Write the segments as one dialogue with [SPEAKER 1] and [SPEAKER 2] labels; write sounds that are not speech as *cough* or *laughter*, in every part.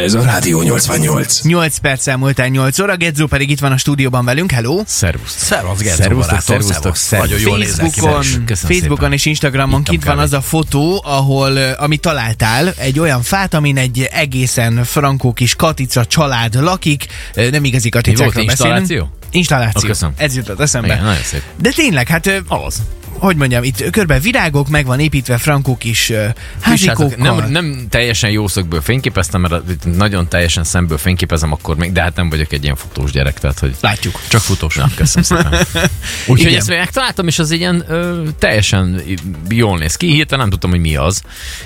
[SPEAKER 1] Ez a Rádió 88.
[SPEAKER 2] 8 perc elmúlt 8 óra, Gedzó pedig itt van a stúdióban velünk, hello!
[SPEAKER 3] Szervusz.
[SPEAKER 4] Szervasz, Gergő
[SPEAKER 3] Szervusztok,
[SPEAKER 4] barátom,
[SPEAKER 3] szervusztok,
[SPEAKER 4] szervasz.
[SPEAKER 3] szervusz.
[SPEAKER 4] Nagyon jól nézel ki.
[SPEAKER 2] Facebookon,
[SPEAKER 3] Köszönöm szépen.
[SPEAKER 2] Facebookon és Instagramon
[SPEAKER 3] Ittam
[SPEAKER 2] kint van
[SPEAKER 3] kávét.
[SPEAKER 2] az a fotó, ahol, ö, amit találtál, egy olyan fát, amin egy egészen frankó kis katica család lakik, Ö, nem igazi katicákról
[SPEAKER 3] volt
[SPEAKER 2] beszélünk.
[SPEAKER 3] installáció?
[SPEAKER 2] Installáció.
[SPEAKER 3] Ó, köszönöm.
[SPEAKER 2] Ez jutott eszembe.
[SPEAKER 3] Igen, nagyon szép.
[SPEAKER 2] De tényleg, hát ö,
[SPEAKER 3] Az.
[SPEAKER 2] hogy mondjam, itt körbe virágok, meg van építve frankó kis ö, házikókkal.
[SPEAKER 3] Nem, nem teljesen jó szögből fényképeztem, mert itt nagyon teljesen szemből fényképezem akkor még, de hát nem vagyok egy ilyen fotós gyerek, tehát hogy...
[SPEAKER 2] Látjuk.
[SPEAKER 3] Csak futós. Na, köszönöm *laughs* szépen. Úgyhogy
[SPEAKER 2] Igen.
[SPEAKER 3] ezt még megtaláltam, és az egy ilyen ö, teljesen jól néz ki. Hirtelen nem tudtam, hogy mi az.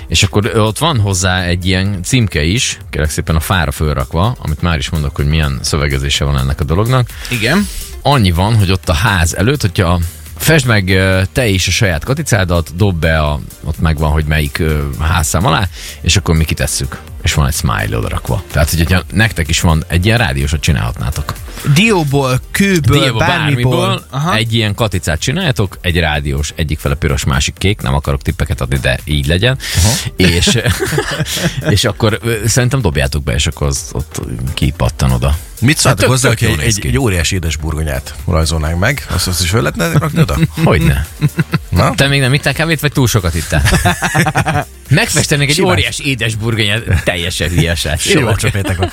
[SPEAKER 3] És akkor ö, ott van hozzá egy ilyen címke is, kérlek szépen a fára fölrakva, amit már is mondok, hogy milyen szövegezése van ennek a dolognak.
[SPEAKER 2] Igen.
[SPEAKER 3] annyi van, hogy ott a ház előtt, hogyha Fesd meg ö, te is a saját katicádat, dob be, a, ott megvan, hogy melyik ö, házszám alá, és akkor mi kitesszük. És van egy smile odarakva. Tehát, hogy hogyha nektek is van egy ilyen rádiósat csinálhatnátok.
[SPEAKER 2] Dióból, kőből,
[SPEAKER 3] Diába
[SPEAKER 2] bármiból. Aha.
[SPEAKER 3] egy ilyen katicát csináljátok, egy rádiós, egyik fele piros, másik kék, nem akarok tippeket adni, de így legyen. És, *laughs* és akkor ö, szerintem dobjátok be, és akkor az, ott kipattan oda.
[SPEAKER 4] Mit szóltak
[SPEAKER 3] Hát tök-
[SPEAKER 4] hozzá,
[SPEAKER 3] tök
[SPEAKER 4] hogy
[SPEAKER 3] jól
[SPEAKER 4] egy,
[SPEAKER 3] néz
[SPEAKER 4] egy,
[SPEAKER 3] ki.
[SPEAKER 4] egy óriási édesburgonyát rajzolnánk meg? Azt, azt is fel lehetne rakni oda?
[SPEAKER 3] Hogyne.
[SPEAKER 4] Na?
[SPEAKER 3] Te még nem ittál kávét, vagy túl sokat *laughs* ittál? Megfestenék egy
[SPEAKER 4] Simán.
[SPEAKER 3] óriás édesburgonyát, teljesen hülyesát.
[SPEAKER 4] Jó, csapjátok meg.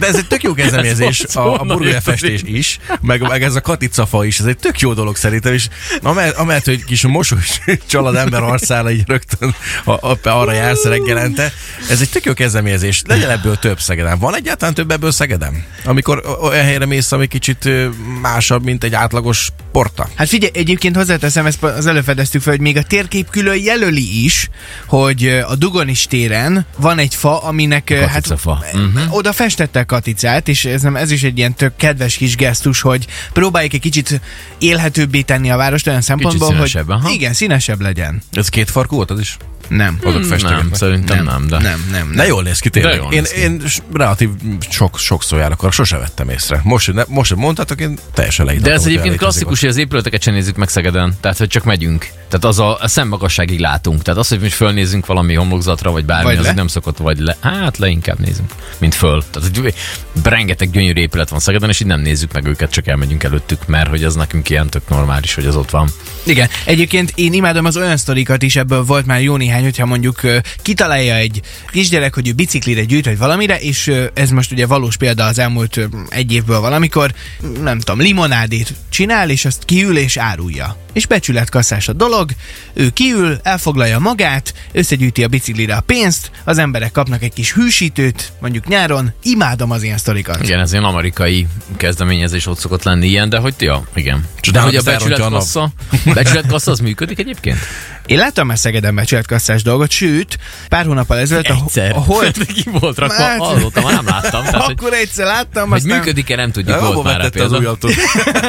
[SPEAKER 4] De ez egy tök jó kezdeményezés,
[SPEAKER 3] *laughs* Ez
[SPEAKER 4] a, a
[SPEAKER 3] honnan
[SPEAKER 4] burgonya
[SPEAKER 3] jött ez
[SPEAKER 4] festés is, meg, meg ez a katicafa is, ez egy tök jó dolog szerintem, és amellett, amellett hogy kis *laughs* mosolyos család ember arcára így rögtön a, a, arra jársz reggelente, ez egy tök jó kezdeményezés. Legyen ebből több Szegeden. Van egyáltalán több ebből Szegeden? Amikor o- olyan helyre mész, ami kicsit ö, másabb, mint egy átlagos porta.
[SPEAKER 2] Hát figyelj, egyébként hozzáteszem, ezt az előfedeztük fel, hogy még a térkép külön jelöli is, hogy ö, a Dugonis téren van egy fa, aminek ö, hát
[SPEAKER 3] katicafa.
[SPEAKER 2] uh-huh. oda festettek katicát, és ez, nem, ez is egy ilyen tök kedves kis gesztus, hogy próbáljuk egy kicsit élhetőbbé tenni a várost olyan szempontból,
[SPEAKER 3] színesebb,
[SPEAKER 2] hogy
[SPEAKER 3] aha.
[SPEAKER 2] igen, színesebb legyen.
[SPEAKER 4] Ez két farkú volt az is?
[SPEAKER 2] Nem.
[SPEAKER 4] Azok festegetnek.
[SPEAKER 3] Nem, szerintem nem, de...
[SPEAKER 2] nem, nem,
[SPEAKER 4] Ne
[SPEAKER 2] nem.
[SPEAKER 4] jól néz ki tényleg.
[SPEAKER 3] De jól
[SPEAKER 4] Én,
[SPEAKER 3] néz ki.
[SPEAKER 4] én s- relatív sok, sokszor járok arra, sose vettem észre. Most, hogy ne, most hogy mondtátok, én teljesen leítatom.
[SPEAKER 3] De ez egyébként klasszikus, hogy az épületeket sem nézzük meg Szegeden, tehát hogy csak megyünk. Tehát az a, a szemmagasságig látunk. Tehát az, hogy most fölnézünk valami homlokzatra, vagy bármi,
[SPEAKER 2] Vagy
[SPEAKER 3] az
[SPEAKER 2] le.
[SPEAKER 3] nem szokott, vagy le. Hát le inkább nézünk, mint föl. Tehát hogy rengeteg gyönyörű épület van Szegeden, és így nem nézzük meg őket, csak elmegyünk előttük, mert hogy ez nekünk ilyen tök normális, hogy az ott van.
[SPEAKER 2] Igen, egyébként én imádom az olyan sztorikat is, ebből volt már jó néhány, hogyha mondjuk ö, kitalálja egy kisgyerek, hogy ő biciklire gyűjt, vagy valamire, és ö, ez most ugye valós példa az elmúlt ö, egy évből valamikor, nem tudom, limonádét csinál, és azt kiül és árulja. És becsületkasszás a dolog, ő kiül, elfoglalja magát, összegyűjti a biciklire a pénzt, az emberek kapnak egy kis hűsítőt, mondjuk nyáron, imádom az ilyen sztorikat.
[SPEAKER 3] Igen, ez ilyen amerikai kezdeményezés ott szokott lenni ilyen, de hogy ja, igen.
[SPEAKER 4] Csak
[SPEAKER 3] de
[SPEAKER 4] nem
[SPEAKER 3] hogy a
[SPEAKER 4] biztos elrontja a nap.
[SPEAKER 3] becsületkassza, becsületkassza az működik egyébként?
[SPEAKER 2] Én láttam már Szegeden becsületkasszás dolgot, sőt, pár hónappal ezelőtt a,
[SPEAKER 3] Egyszer.
[SPEAKER 2] a Holt
[SPEAKER 3] Ki volt rakva,
[SPEAKER 2] Már-
[SPEAKER 3] azóta már nem láttam. Tehát, hogy,
[SPEAKER 2] Akkor egyszer láttam,
[SPEAKER 3] hogy
[SPEAKER 2] aztán...
[SPEAKER 3] működik-e, nem tudjuk,
[SPEAKER 4] Hova
[SPEAKER 3] volt már rá
[SPEAKER 4] vetett az
[SPEAKER 3] példa.
[SPEAKER 4] újabb
[SPEAKER 2] *laughs*
[SPEAKER 3] *laughs*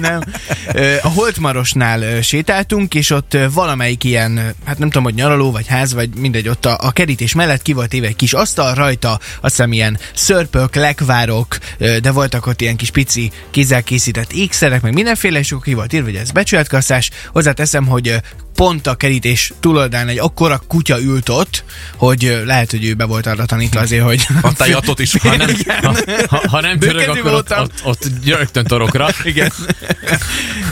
[SPEAKER 2] nem. Ö, A Holtmarosnál ö, sétáltunk, és ott ö, valamelyik ilyen, ö, hát nem tudom, hogy nyaraló, vagy ház, vagy mindegy, ott a, a kerítés mellett ki volt éve egy kis asztal rajta, azt hiszem ilyen szörpök, lekvárok, ö, de voltak ott ilyen kis pici kézzel készített ékszerek, meg mindenféle, és akkor ki volt írva, hogy ez becsületkasszás. Hozzáteszem, hogy ö, pont a kerítés túloldán egy akkora kutya ült ott, hogy ö, lehet, hogy ő be volt arra tanítva azért, hogy
[SPEAKER 3] Hát,
[SPEAKER 4] Adtál
[SPEAKER 2] *laughs*
[SPEAKER 4] jatot is.
[SPEAKER 3] Ha nem, ha, ha, ha nem törög,
[SPEAKER 2] Bőkezű
[SPEAKER 3] akkor ott,
[SPEAKER 2] voltam.
[SPEAKER 3] ott, ott rögtön torokra. Igen.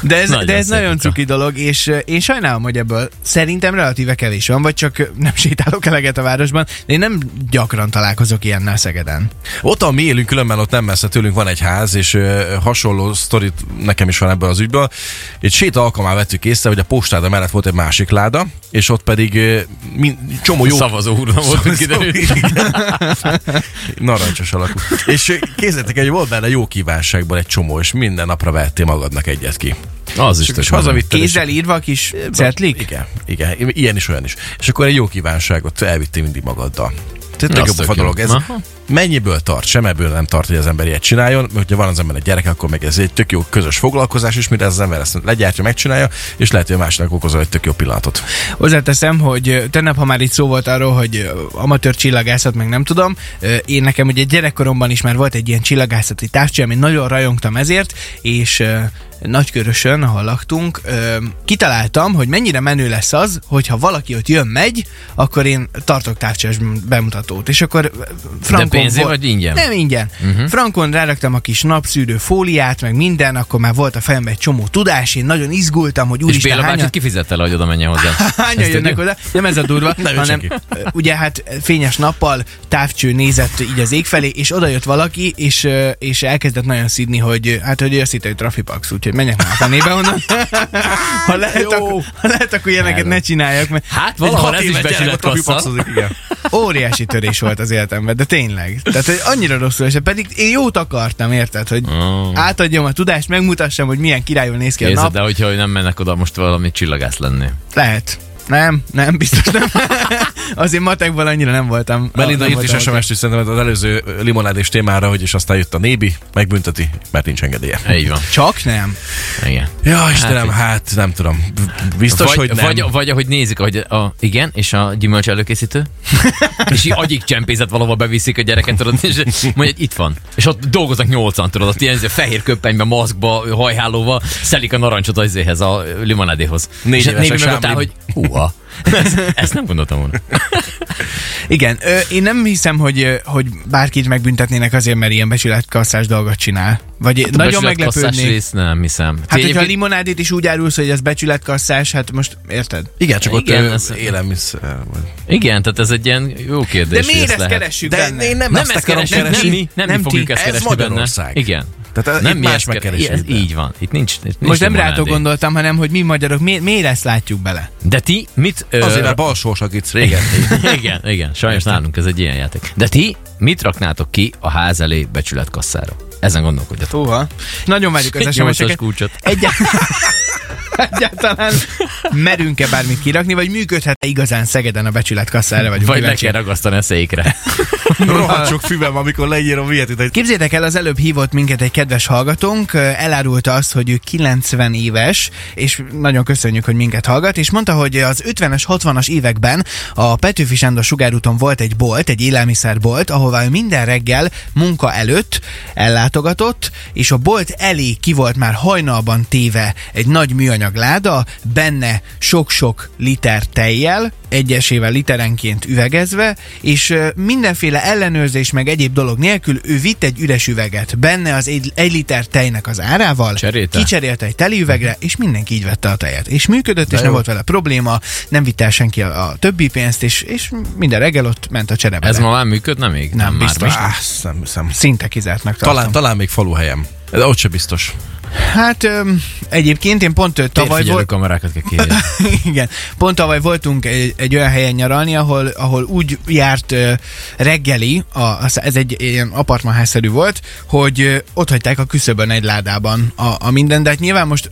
[SPEAKER 2] De ez,
[SPEAKER 3] Nagyon
[SPEAKER 2] de ez
[SPEAKER 3] szép
[SPEAKER 2] nagyon
[SPEAKER 3] kutya.
[SPEAKER 2] cuki dolog, és ö, én sajnálom, hogy ebből szerintem relatíve kevés van, vagy csak ö, nem *laughs* sétálok eleget a városban, de én nem gyakran találkozok ilyennel Szegeden.
[SPEAKER 4] *laughs* Ott, a mi élünk, különben ott nem messze tőlünk van egy ház, és ö, hasonló sztorit nekem is van ebből az ügyből. Egy séta alkalmával vettük észre, hogy a postáda mellett volt egy másik láda, és ott pedig ö, min, csomó jó
[SPEAKER 3] Szavazó hurna volt, kiderült.
[SPEAKER 4] Szóval Narancsos alakú. És kézzétek, hogy volt benne jó kívánságban egy csomó, és minden napra vettél magadnak egyet ki.
[SPEAKER 3] Az is
[SPEAKER 4] És, és
[SPEAKER 3] tök menő.
[SPEAKER 4] hazavitted, és
[SPEAKER 2] Kézzel írva a kis cetlik?
[SPEAKER 4] Igen, igen, ilyen is, olyan is. És akkor egy jó kívánságot elvittél mindig magaddal. Tehát tök
[SPEAKER 3] Na, az
[SPEAKER 4] jó pofa
[SPEAKER 3] tök jó.
[SPEAKER 4] dolog. Ez
[SPEAKER 3] Aha.
[SPEAKER 4] mennyiből tart, sem ebből nem tart, hogy az ember ilyet csináljon, mert hogyha van az ember egy gyerek, akkor meg ez egy tök jó közös foglalkozás, és mire az ember ezt legyártja, megcsinálja, és lehet, hogy a másnak okozol egy tök jó pillanatot.
[SPEAKER 2] Hozzáteszem, hogy ö, tegnap, ha már itt szó volt arról, hogy ö, amatőr csillagászat, meg nem tudom, ö, én nekem ugye gyerekkoromban is már volt egy ilyen csillagászati tárcsi, ami nagyon rajongtam ezért, és ö, Nagykörösön, ahol laktunk, ö, kitaláltam, hogy mennyire menő lesz az, hogyha valaki ott jön-megy, akkor én tartok távcsás bemutatót. És akkor ö, Frankon...
[SPEAKER 3] pénzért
[SPEAKER 2] volt-
[SPEAKER 3] vagy ingyen? Mhm.
[SPEAKER 2] Nem ingyen. Uh-huh. Frankon ráraktam a kis napszűrő fóliát, meg minden, akkor már volt a fejemben egy csomó tudás, én nagyon izgultam, hogy
[SPEAKER 3] És
[SPEAKER 2] úristen,
[SPEAKER 3] Béla
[SPEAKER 2] hányan...
[SPEAKER 3] bácsit kifizette le, hogy oda menjen hozzá.
[SPEAKER 2] Hányan
[SPEAKER 3] Ezt
[SPEAKER 2] jönnek
[SPEAKER 3] tudjuk?
[SPEAKER 2] oda? Nem ez a durva,
[SPEAKER 4] Nem,
[SPEAKER 2] hanem
[SPEAKER 4] senki.
[SPEAKER 2] ö, ugye hát fényes nappal távcső nézett így az ég felé, és oda jött valaki, és, ö, és elkezdett nagyon szidni, hogy ö, hát, hogy ő azt hitte, hogy trafipax, úgyhogy menjek már a fenébe onnan. ha, lehet,
[SPEAKER 4] Jó.
[SPEAKER 2] akkor, ha lehet, akkor ilyeneket
[SPEAKER 3] Hello.
[SPEAKER 2] ne csináljak, mert
[SPEAKER 3] Hát
[SPEAKER 4] Egy
[SPEAKER 3] valahol
[SPEAKER 4] hat
[SPEAKER 3] ez is
[SPEAKER 4] éves gyerek
[SPEAKER 3] besület
[SPEAKER 4] ott a
[SPEAKER 3] kassza.
[SPEAKER 4] pipaxozik, igen.
[SPEAKER 2] óriási törés volt az életemben, de tényleg. Tehát hogy annyira rosszul esett, pedig én jót akartam, érted, hogy
[SPEAKER 3] Mm.
[SPEAKER 2] átadjam a tudást, megmutassam, hogy milyen királyul néz ki a
[SPEAKER 3] Érzed,
[SPEAKER 2] nap.
[SPEAKER 3] de hogyha hogy nem mennek oda, most valami csillagász lenni.
[SPEAKER 2] Lehet. Nem, nem, biztos
[SPEAKER 3] *laughs*
[SPEAKER 2] nem. Azért matekban annyira nem voltam.
[SPEAKER 4] Belinda
[SPEAKER 2] nem
[SPEAKER 4] írt
[SPEAKER 2] voltam
[SPEAKER 4] is
[SPEAKER 2] ott.
[SPEAKER 4] SMS-t is szerintem az előző limonádés témára, hogy és aztán jött a nébi, megbünteti, mert nincs engedélye.
[SPEAKER 3] Így van.
[SPEAKER 2] Csak nem.
[SPEAKER 3] Igen.
[SPEAKER 4] Ja, Istenem, hát nem tudom. B- Biztos,
[SPEAKER 3] vagy,
[SPEAKER 4] hogy nem.
[SPEAKER 3] Vagy, vagy ahogy nézik, hogy a, igen, és a
[SPEAKER 4] *laughs*
[SPEAKER 3] gyümölcs előkészítő, és így agyik csempézet valahova beviszik a gyereket, tudod, és mondja, hogy itt van. És ott dolgoznak nyolcan, tudod, ott ilyen fehér köppenyben, maszkba, hajhálóval, szelik a narancsot az éhez, a limonádéhoz.
[SPEAKER 4] Négy
[SPEAKER 3] és a
[SPEAKER 4] évesek
[SPEAKER 3] nébi meg ott áll,
[SPEAKER 4] sámlin.
[SPEAKER 3] hogy húha. Ezt, ezt nem gondoltam volna.
[SPEAKER 2] Igen, ö, én nem hiszem, hogy, ö, hogy bárkit megbüntetnének azért, mert ilyen becsületkasszás dolgot csinál. Vagy hát nagyon
[SPEAKER 3] Becsületkasszás
[SPEAKER 2] meglepődnék.
[SPEAKER 3] rész, nem
[SPEAKER 2] Hát,
[SPEAKER 3] hiszem. Ti
[SPEAKER 2] hogyha a
[SPEAKER 3] egyébként-
[SPEAKER 2] limonádét is úgy árulsz, hogy ez becsületkasszás, hát most érted?
[SPEAKER 4] Igen, csak
[SPEAKER 3] Igen,
[SPEAKER 4] ott
[SPEAKER 3] ez-
[SPEAKER 4] ez... élelmiszer.
[SPEAKER 3] Igen, tehát ez egy ilyen jó
[SPEAKER 2] De
[SPEAKER 3] kérdés. hogy
[SPEAKER 2] miért
[SPEAKER 3] ezt
[SPEAKER 2] ezt
[SPEAKER 3] lehet.
[SPEAKER 2] keressük
[SPEAKER 4] De
[SPEAKER 2] benne?
[SPEAKER 4] én nem,
[SPEAKER 3] Nem
[SPEAKER 4] azt
[SPEAKER 3] ezt
[SPEAKER 4] akarom
[SPEAKER 3] keresni, nem
[SPEAKER 4] keresni.
[SPEAKER 3] mi, nem, mi
[SPEAKER 2] Nem
[SPEAKER 3] fogjuk
[SPEAKER 2] ti.
[SPEAKER 3] ezt
[SPEAKER 4] Ez
[SPEAKER 3] keresni
[SPEAKER 4] Magyarország.
[SPEAKER 3] benne. Igen.
[SPEAKER 4] Tehát
[SPEAKER 3] nem
[SPEAKER 4] itt
[SPEAKER 3] mi
[SPEAKER 4] más
[SPEAKER 3] ezt keresni.
[SPEAKER 4] megkeresés
[SPEAKER 3] Ez
[SPEAKER 4] benne.
[SPEAKER 3] így van. Itt nincs, itt nincs
[SPEAKER 2] Most nem rátok
[SPEAKER 3] limonádé.
[SPEAKER 2] gondoltam, hanem hogy mi magyarok, mi, miért ezt látjuk bele?
[SPEAKER 3] De ti mit... Ö...
[SPEAKER 4] Azért, mert balsósak itt *laughs* régen.
[SPEAKER 3] *laughs* igen, igen, sajnos nálunk ez egy ilyen játék. De ti mit raknátok ki a ház elé becsületkasszára? Ezen gondolkodjatok.
[SPEAKER 2] Húha. Nagyon várjuk az
[SPEAKER 3] *laughs* Nyolcas
[SPEAKER 2] SMS-eket.
[SPEAKER 3] kulcsot.
[SPEAKER 2] Egyáltalán, *laughs* egyáltalán merünk-e bármit kirakni, vagy működhet igazán Szegeden a becsületkasszára vagyunk
[SPEAKER 3] Vagy le
[SPEAKER 2] kíváncsiak.
[SPEAKER 3] kell ragasztani a székre.
[SPEAKER 4] Rohadt *laughs* sok füvem, amikor leírom ilyet, itt egy
[SPEAKER 2] Képzétek el, az előbb hívott minket egy kedves hallgatónk, ö, elárulta azt, hogy ő 90 éves, és nagyon köszönjük, hogy minket hallgat, és mondta, hogy az 50-es, 60-as években a Petőfi Sándor sugárúton volt egy bolt, egy élelmiszerbolt, ahová ő minden reggel munka előtt ellátogatott, és a bolt elé ki volt már hajnalban téve egy nagy műanyag láda, benne sok-sok liter tejjel, egyesével literenként üvegezve, és ö, mindenféle ellenőrzés meg egyéb dolog nélkül ő vitt egy üres üveget, benne az egy, egy liter tejnek az árával,
[SPEAKER 3] Cserélte?
[SPEAKER 2] kicserélte egy teli üvegre, és mindenki így vette a tejet. És működött, és nem volt vele probléma, nem vitt el senki a, a többi pénzt, és, és minden reggel ott ment a cserebe.
[SPEAKER 3] Ez ma már működne még?
[SPEAKER 2] Nem, biztos.
[SPEAKER 3] Már.
[SPEAKER 4] Á, szem, szem.
[SPEAKER 2] Szinte kizártnak tartom.
[SPEAKER 4] Talán, talán még faluhelyem. De ott se biztos.
[SPEAKER 2] Hát öm, egyébként én pont ö, tavaly
[SPEAKER 3] Térfigyelő
[SPEAKER 2] volt,
[SPEAKER 3] kamerákat kell kérni.
[SPEAKER 2] *laughs* Igen. Pont tavaly voltunk egy, egy olyan helyen nyaralni, ahol, ahol úgy járt ö, reggeli, a, a- ez egy ilyen apartmanházszerű volt, hogy ö, ott hagyták a küszöbön egy ládában a, a minden, de hát nyilván most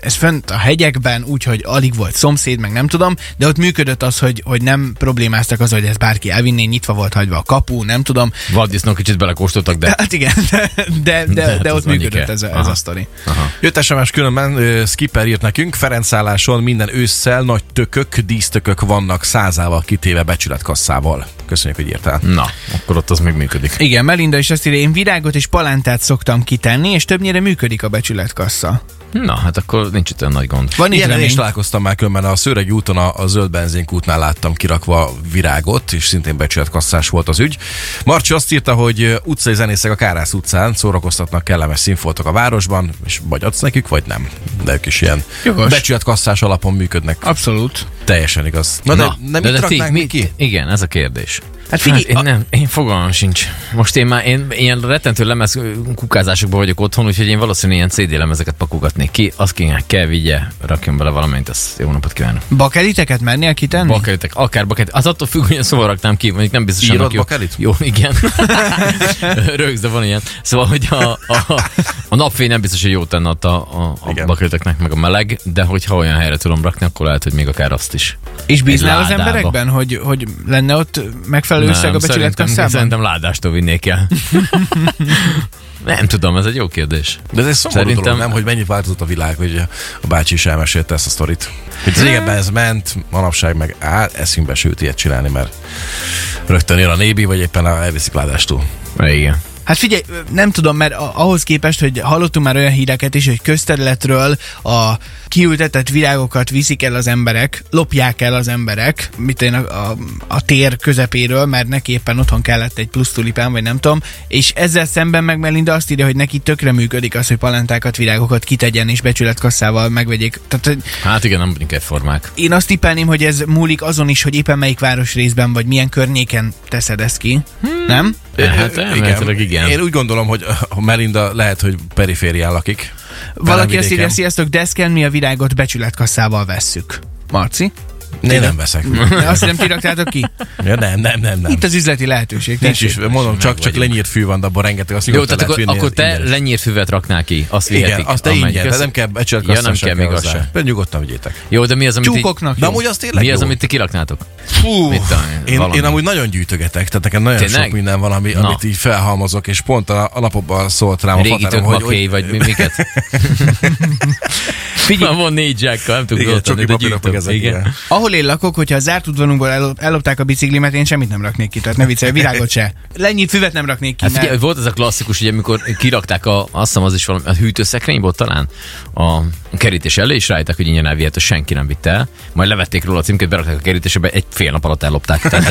[SPEAKER 2] ez fönt a hegyekben, úgyhogy alig volt szomszéd, meg nem tudom, de ott működött az, hogy, hogy nem problémáztak az, hogy ez bárki elvinné, nyitva volt hagyva a kapu, nem tudom.
[SPEAKER 3] Vaddisznók kicsit belekóstoltak,
[SPEAKER 2] *laughs*
[SPEAKER 3] de...
[SPEAKER 2] Hát igen, de, de,
[SPEAKER 3] De
[SPEAKER 2] de,
[SPEAKER 3] hát
[SPEAKER 2] de
[SPEAKER 3] az
[SPEAKER 2] ott
[SPEAKER 3] mennyi
[SPEAKER 2] működött
[SPEAKER 3] kell.
[SPEAKER 2] ez a, ez
[SPEAKER 3] Aha.
[SPEAKER 2] a sztori.
[SPEAKER 3] Aha.
[SPEAKER 4] Jött SMS különben, ö, Skipper írt nekünk, Ferencálláson minden ősszel nagy tökök, dísztökök vannak százával kitéve becsületkasszával. Köszönjük, hogy írtál.
[SPEAKER 3] Na, akkor ott az még működik.
[SPEAKER 2] Igen, Melinda is azt írja, én virágot és palántát szoktam kitenni, és többnyire működik a becsületkassa.
[SPEAKER 3] Na, hát akkor nincs itt olyan nagy gond.
[SPEAKER 2] Van itt
[SPEAKER 4] Ilyen
[SPEAKER 2] remény.
[SPEAKER 4] is találkoztam már különben a Szőregi úton, a, a zöld benzinkútnál láttam kirakva virágot, és szintén becsületkasszás volt az ügy. Marcsi azt írta, hogy ö, utcai zenészek a Kárász utcán szórakoztatnak kellemes színfoltok a városban, és vagy adsz nekik, vagy nem. De ők is ilyen
[SPEAKER 2] Jogos.
[SPEAKER 4] becsületkasszás alapon működnek.
[SPEAKER 2] Abszolút.
[SPEAKER 4] Teljesen igaz. Na, Na de, de, de, de
[SPEAKER 3] ti-
[SPEAKER 4] mit mi ki?
[SPEAKER 3] Igen, ez a kérdés.
[SPEAKER 2] Hát figyelj,
[SPEAKER 3] hát én,
[SPEAKER 2] a-
[SPEAKER 3] nem, én fogalmam sincs. Most én már én ilyen rettentő lemez kukázásokban vagyok otthon, úgyhogy én valószínűleg ilyen CD lemezeket pakogatnék ki. Azt kéne, kell vigye, rakjon bele valamint, azt jó napot kívánok.
[SPEAKER 2] Bakeliteket mennél
[SPEAKER 4] Hm.
[SPEAKER 2] kitenni?
[SPEAKER 3] Bakelitek, akár bakelit. Az attól függ, hogy szóval raknám ki, mondjuk nem biztos,
[SPEAKER 4] Írod
[SPEAKER 3] annak jó.
[SPEAKER 4] bakelit?
[SPEAKER 3] Jó, igen. *laughs* Rögz, de van ilyen. Szóval, hogy a, a, a napfény nem biztos, hogy jót tenne ott a, a, a
[SPEAKER 4] Igen.
[SPEAKER 3] bakeliteknek, meg a meleg, de hogyha olyan helyre tudom rakni, akkor lehet, hogy még akár azt is.
[SPEAKER 2] és bíznál
[SPEAKER 3] Egy
[SPEAKER 2] az
[SPEAKER 3] ládába.
[SPEAKER 2] emberekben, hogy, hogy lenne ott megfelelő összeg a
[SPEAKER 3] szerintem,
[SPEAKER 2] becsületkasszában?
[SPEAKER 3] szerintem ládástól vinnék *laughs* el. nem tudom, ez egy jó kérdés.
[SPEAKER 4] De ez egy szomorú Szerintem... dolog,
[SPEAKER 3] Szerintem-
[SPEAKER 4] nem, hogy mennyit változott a világ, hogy a bácsi is elmesélte ezt a sztorit. Hogy régebben ez ment, manapság meg áll, eszünkbe sőt ilyet csinálni, mert rögtön ér a nébi, vagy éppen elviszik ládástól.
[SPEAKER 3] Igen.
[SPEAKER 2] Hát figyelj, nem tudom, mert a- ahhoz képest, hogy hallottunk már olyan híreket is, hogy közterületről a kiültetett virágokat viszik el az emberek, lopják el az emberek, mit én a, a, a tér közepéről, mert neki éppen otthon kellett egy plusz tulipán, vagy nem tudom, és ezzel szemben meg Melinda azt írja, hogy neki tökre működik az, hogy palántákat, virágokat kitegyen és becsületkasszával megvegyék. Tehát hogy
[SPEAKER 3] Hát igen, nem vagyunk egyformák.
[SPEAKER 2] én azt tippelném, hogy ez múlik azon is, hogy éppen melyik városrészben, vagy milyen környéken teszed ezt ki, hmm. nem?
[SPEAKER 3] Hát elméletileg igen.
[SPEAKER 4] Én úgy gondolom, hogy a Melinda lehet, hogy periférián lakik.
[SPEAKER 2] Valaki azt írja,
[SPEAKER 4] vidéken.
[SPEAKER 2] sziasztok, deszken mi a virágot becsületkasszával vesszük.
[SPEAKER 3] *laughs*
[SPEAKER 2] Marci?
[SPEAKER 4] Én nem veszek.
[SPEAKER 2] De Azt nem ti raktátok ki?
[SPEAKER 4] Ja, nem, nem, nem, nem.
[SPEAKER 2] Itt az üzleti lehetőség.
[SPEAKER 4] Nincs
[SPEAKER 2] tessék.
[SPEAKER 4] is, mondom, csak, csak lenyírt fű van, de abban rengeteg. Azt
[SPEAKER 3] Jó,
[SPEAKER 4] nyugodtan
[SPEAKER 3] tehát
[SPEAKER 4] lehet vinni,
[SPEAKER 3] akkor, akkor
[SPEAKER 4] ez
[SPEAKER 3] te
[SPEAKER 4] ingyenes.
[SPEAKER 3] lenyírfüvet raknák ki, azt vihetik.
[SPEAKER 4] Igen, azt te
[SPEAKER 3] amennyi.
[SPEAKER 4] ingyen, de
[SPEAKER 3] Kösz-
[SPEAKER 4] nem kell
[SPEAKER 3] Ja, nem
[SPEAKER 4] becsületkasszán
[SPEAKER 3] kell még az sem.
[SPEAKER 4] De nyugodtan vigyétek.
[SPEAKER 3] Jó, de mi az, amit... ti-
[SPEAKER 2] Csúkoknak
[SPEAKER 4] De
[SPEAKER 2] jó.
[SPEAKER 4] amúgy az tényleg
[SPEAKER 3] Mi az,
[SPEAKER 4] jó.
[SPEAKER 3] amit ti kiraknátok?
[SPEAKER 4] Fú,
[SPEAKER 3] Mit tudom én,
[SPEAKER 4] én,
[SPEAKER 3] valami.
[SPEAKER 4] én amúgy nagyon gyűjtögetek, tehát nekem nagyon
[SPEAKER 3] Tényleg?
[SPEAKER 4] sok minden van, ami,
[SPEAKER 3] Na.
[SPEAKER 4] amit így felhalmozok, és pont a, a napokban szólt rám a
[SPEAKER 3] Régi tök
[SPEAKER 4] faterom, hogy, hogy
[SPEAKER 3] makéj, vagy mi, *laughs* miket? Figyelj. Van négy zsákkal, nem tudok
[SPEAKER 4] igen, csak
[SPEAKER 3] oldani,
[SPEAKER 4] egy
[SPEAKER 3] de
[SPEAKER 4] papírok meg
[SPEAKER 3] gyűjtök.
[SPEAKER 4] ezek.
[SPEAKER 3] Igen.
[SPEAKER 4] igen.
[SPEAKER 2] Ahol én lakok, hogyha a zárt udvarunkból el, ellopták a biciklimet, én semmit nem raknék ki. Tehát ne viccelj, virágot se. Lennyit füvet nem raknék ki.
[SPEAKER 3] Hát figyelj,
[SPEAKER 2] Mert...
[SPEAKER 3] volt ez a klasszikus, ugye, amikor kirakták a, azt hiszem az is valami, a hűtőszekrény volt talán a kerítés elé, és rájöttek, hogy ingyen elvihető, senki nem vitte el. Majd levették róla a címkét, berakták a kerítésebe, egy fél nap alatt ellopták. Tehát,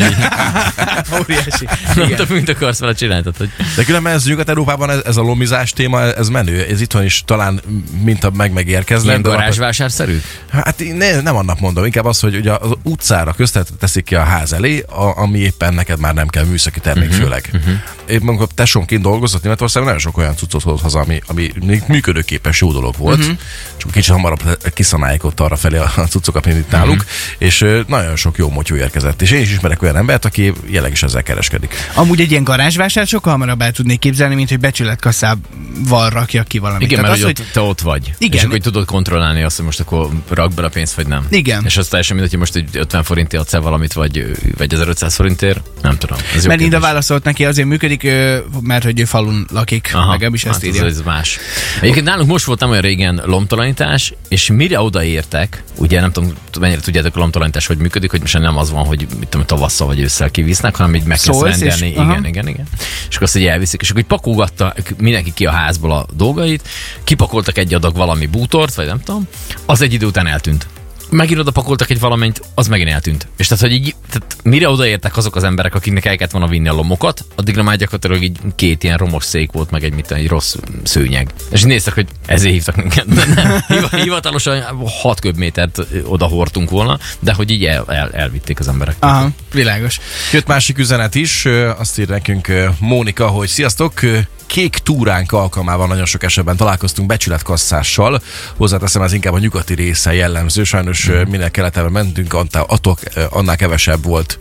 [SPEAKER 2] *laughs*
[SPEAKER 3] hogy
[SPEAKER 2] Óriási.
[SPEAKER 3] nem tudom, mit akarsz vele csinálni. Tehát, hogy
[SPEAKER 4] De különben ez Nyugat-Európában ez, ez a lomizás téma, ez menő, ez itthon is talán mint a meg megérkezne.
[SPEAKER 3] ilyen
[SPEAKER 4] de akkor-
[SPEAKER 3] garázsvásárszerű?
[SPEAKER 4] Hát én ne, nem annak mondom, inkább az, hogy ugye az utcára köztet teszik ki a ház elé, a, ami éppen neked már nem kell műszaki termék uh-huh, főleg. Uh-huh. Épp amikor tesónként dolgozott Németországban, nagyon sok olyan cuccot hozott haza, ami, ami még működőképes jó dolog volt, uh-huh. csak kicsit hamarabb kiszanálják ott arra felé a *laughs* cuccokat, mint itt nálunk, uh-huh. és ö, nagyon sok jó motyó érkezett. És én is ismerek olyan embert, aki jelenleg is ezzel kereskedik.
[SPEAKER 2] Amúgy egy ilyen garázsvásár sokkal hamarabb el tudnék képzelni, mint hogy becsületkasszával rakja ki valamit.
[SPEAKER 3] Igen, mert
[SPEAKER 2] Tehát
[SPEAKER 3] az, hogy te ott vagy.
[SPEAKER 2] Igen.
[SPEAKER 3] És akkor így tudod kontrollálni azt, hogy most akkor rak bele a pénzt, vagy nem.
[SPEAKER 2] Igen.
[SPEAKER 3] És az teljesen mindegy, hogy most egy 50 forintért adsz el valamit, vagy, vagy 1500 forintért. Nem tudom. Ez jó
[SPEAKER 2] Mert Linda
[SPEAKER 3] kérdés.
[SPEAKER 2] válaszolt neki, azért működik, ö, mert hogy ő falun lakik, Aha, legalábbis ezt
[SPEAKER 3] hát
[SPEAKER 2] írja.
[SPEAKER 3] Ez, ez más. Egyébként nálunk most volt nem olyan régen lomtalanítás, és mire odaértek, ugye nem tudom, mennyire tudjátok a lomtalanítás, hogy működik, hogy most nem az van, hogy mit tudom, tavasszal vagy ősszel kivisznek, hanem így meg kell
[SPEAKER 2] Szólsz, és-
[SPEAKER 3] rendelni. igen,
[SPEAKER 2] aha.
[SPEAKER 3] igen, igen. És akkor azt így elviszik, és akkor így pakolgatta mindenki ki a házból a dolgait, kipakoltak egy adag valami bútort, vagy nem tudom, az egy idő után eltűnt. Megint oda pakoltak egy valamennyit, az megint eltűnt. És tehát, hogy így, tehát mire odaértek azok az emberek, akiknek el kellett volna vinni a lomokat, addigra már gyakorlatilag így két ilyen romos szék volt, meg egy, mit, tudom, egy rossz szőnyeg. És néztek, hogy ezért hívtak minket. *laughs* De nem, hiva- hivatalosan hat köbmétert oda hordtunk volna, de hogy így el, el, elvitték az emberek.
[SPEAKER 2] Aha, világos.
[SPEAKER 4] Jött másik üzenet is, ö, azt ír nekünk ö, Mónika, hogy sziasztok, ö, kék túránk alkalmával nagyon sok esetben találkoztunk becsületkasszással. Hozzáteszem, ez inkább a nyugati része jellemző. Sajnos
[SPEAKER 3] Mhm.
[SPEAKER 4] mm. minél keletebben mentünk, antá- attól, ö, annál kevesebb volt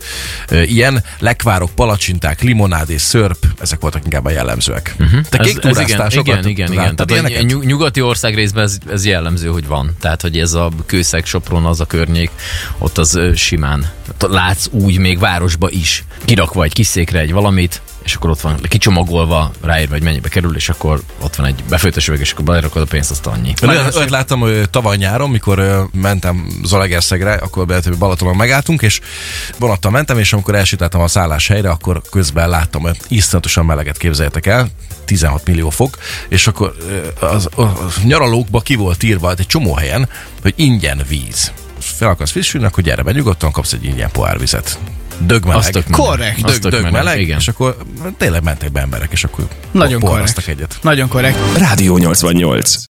[SPEAKER 4] ö, ilyen. Lekvárok, palacsinták, limonád és szörp, ezek voltak inkább a jellemzőek. Mm-hmm. Te kék
[SPEAKER 3] Mhm. ez, ez igen,
[SPEAKER 4] túráztál sokat?
[SPEAKER 3] igen, igen, igen.
[SPEAKER 4] Láttad
[SPEAKER 3] Tehát a
[SPEAKER 4] ilyeneket?
[SPEAKER 3] ny- nyugati ország részben ez, ez jellemző, hogy van. Tehát, hogy ez a kőszeg, Sopron, az a környék, ott az ö, simán Ott látsz úgy még városba is. Kirakva egy kis székre egy valamit, és akkor ott van kicsomagolva, ráírva, hogy mennyibe kerül, és akkor ott van egy befőtös üveg, és akkor belerakod a pénzt, azt annyi.
[SPEAKER 4] Én Olyat, olyat láttam hogy tavaly nyáron, mikor ö, mentem Zalaegerszegre, akkor beletőbb Balatonon megálltunk, és vonattal mentem, és amikor elsétáltam a szálláshelyre, akkor közben láttam, hogy iszonyatosan meleget képzeljetek el, 16 millió fok, és akkor ö, az, a a nyaralókba ki volt írva hát egy csomó helyen, hogy ingyen víz. Fel akarsz frissülni, akkor gyere be nyugodtan, kapsz egy ingyen pohárvizet. Dögmeleg.
[SPEAKER 3] Azt tök menő.
[SPEAKER 2] Korrekt.
[SPEAKER 3] Azt
[SPEAKER 4] Dög,
[SPEAKER 3] tök
[SPEAKER 4] dög
[SPEAKER 3] menő.
[SPEAKER 4] meleg,
[SPEAKER 3] Igen.
[SPEAKER 4] és akkor tényleg mentek be emberek, és akkor
[SPEAKER 2] Nagyon
[SPEAKER 4] porraztak
[SPEAKER 2] korrekt.
[SPEAKER 4] egyet.
[SPEAKER 2] Nagyon korrekt.
[SPEAKER 1] Rádió 88.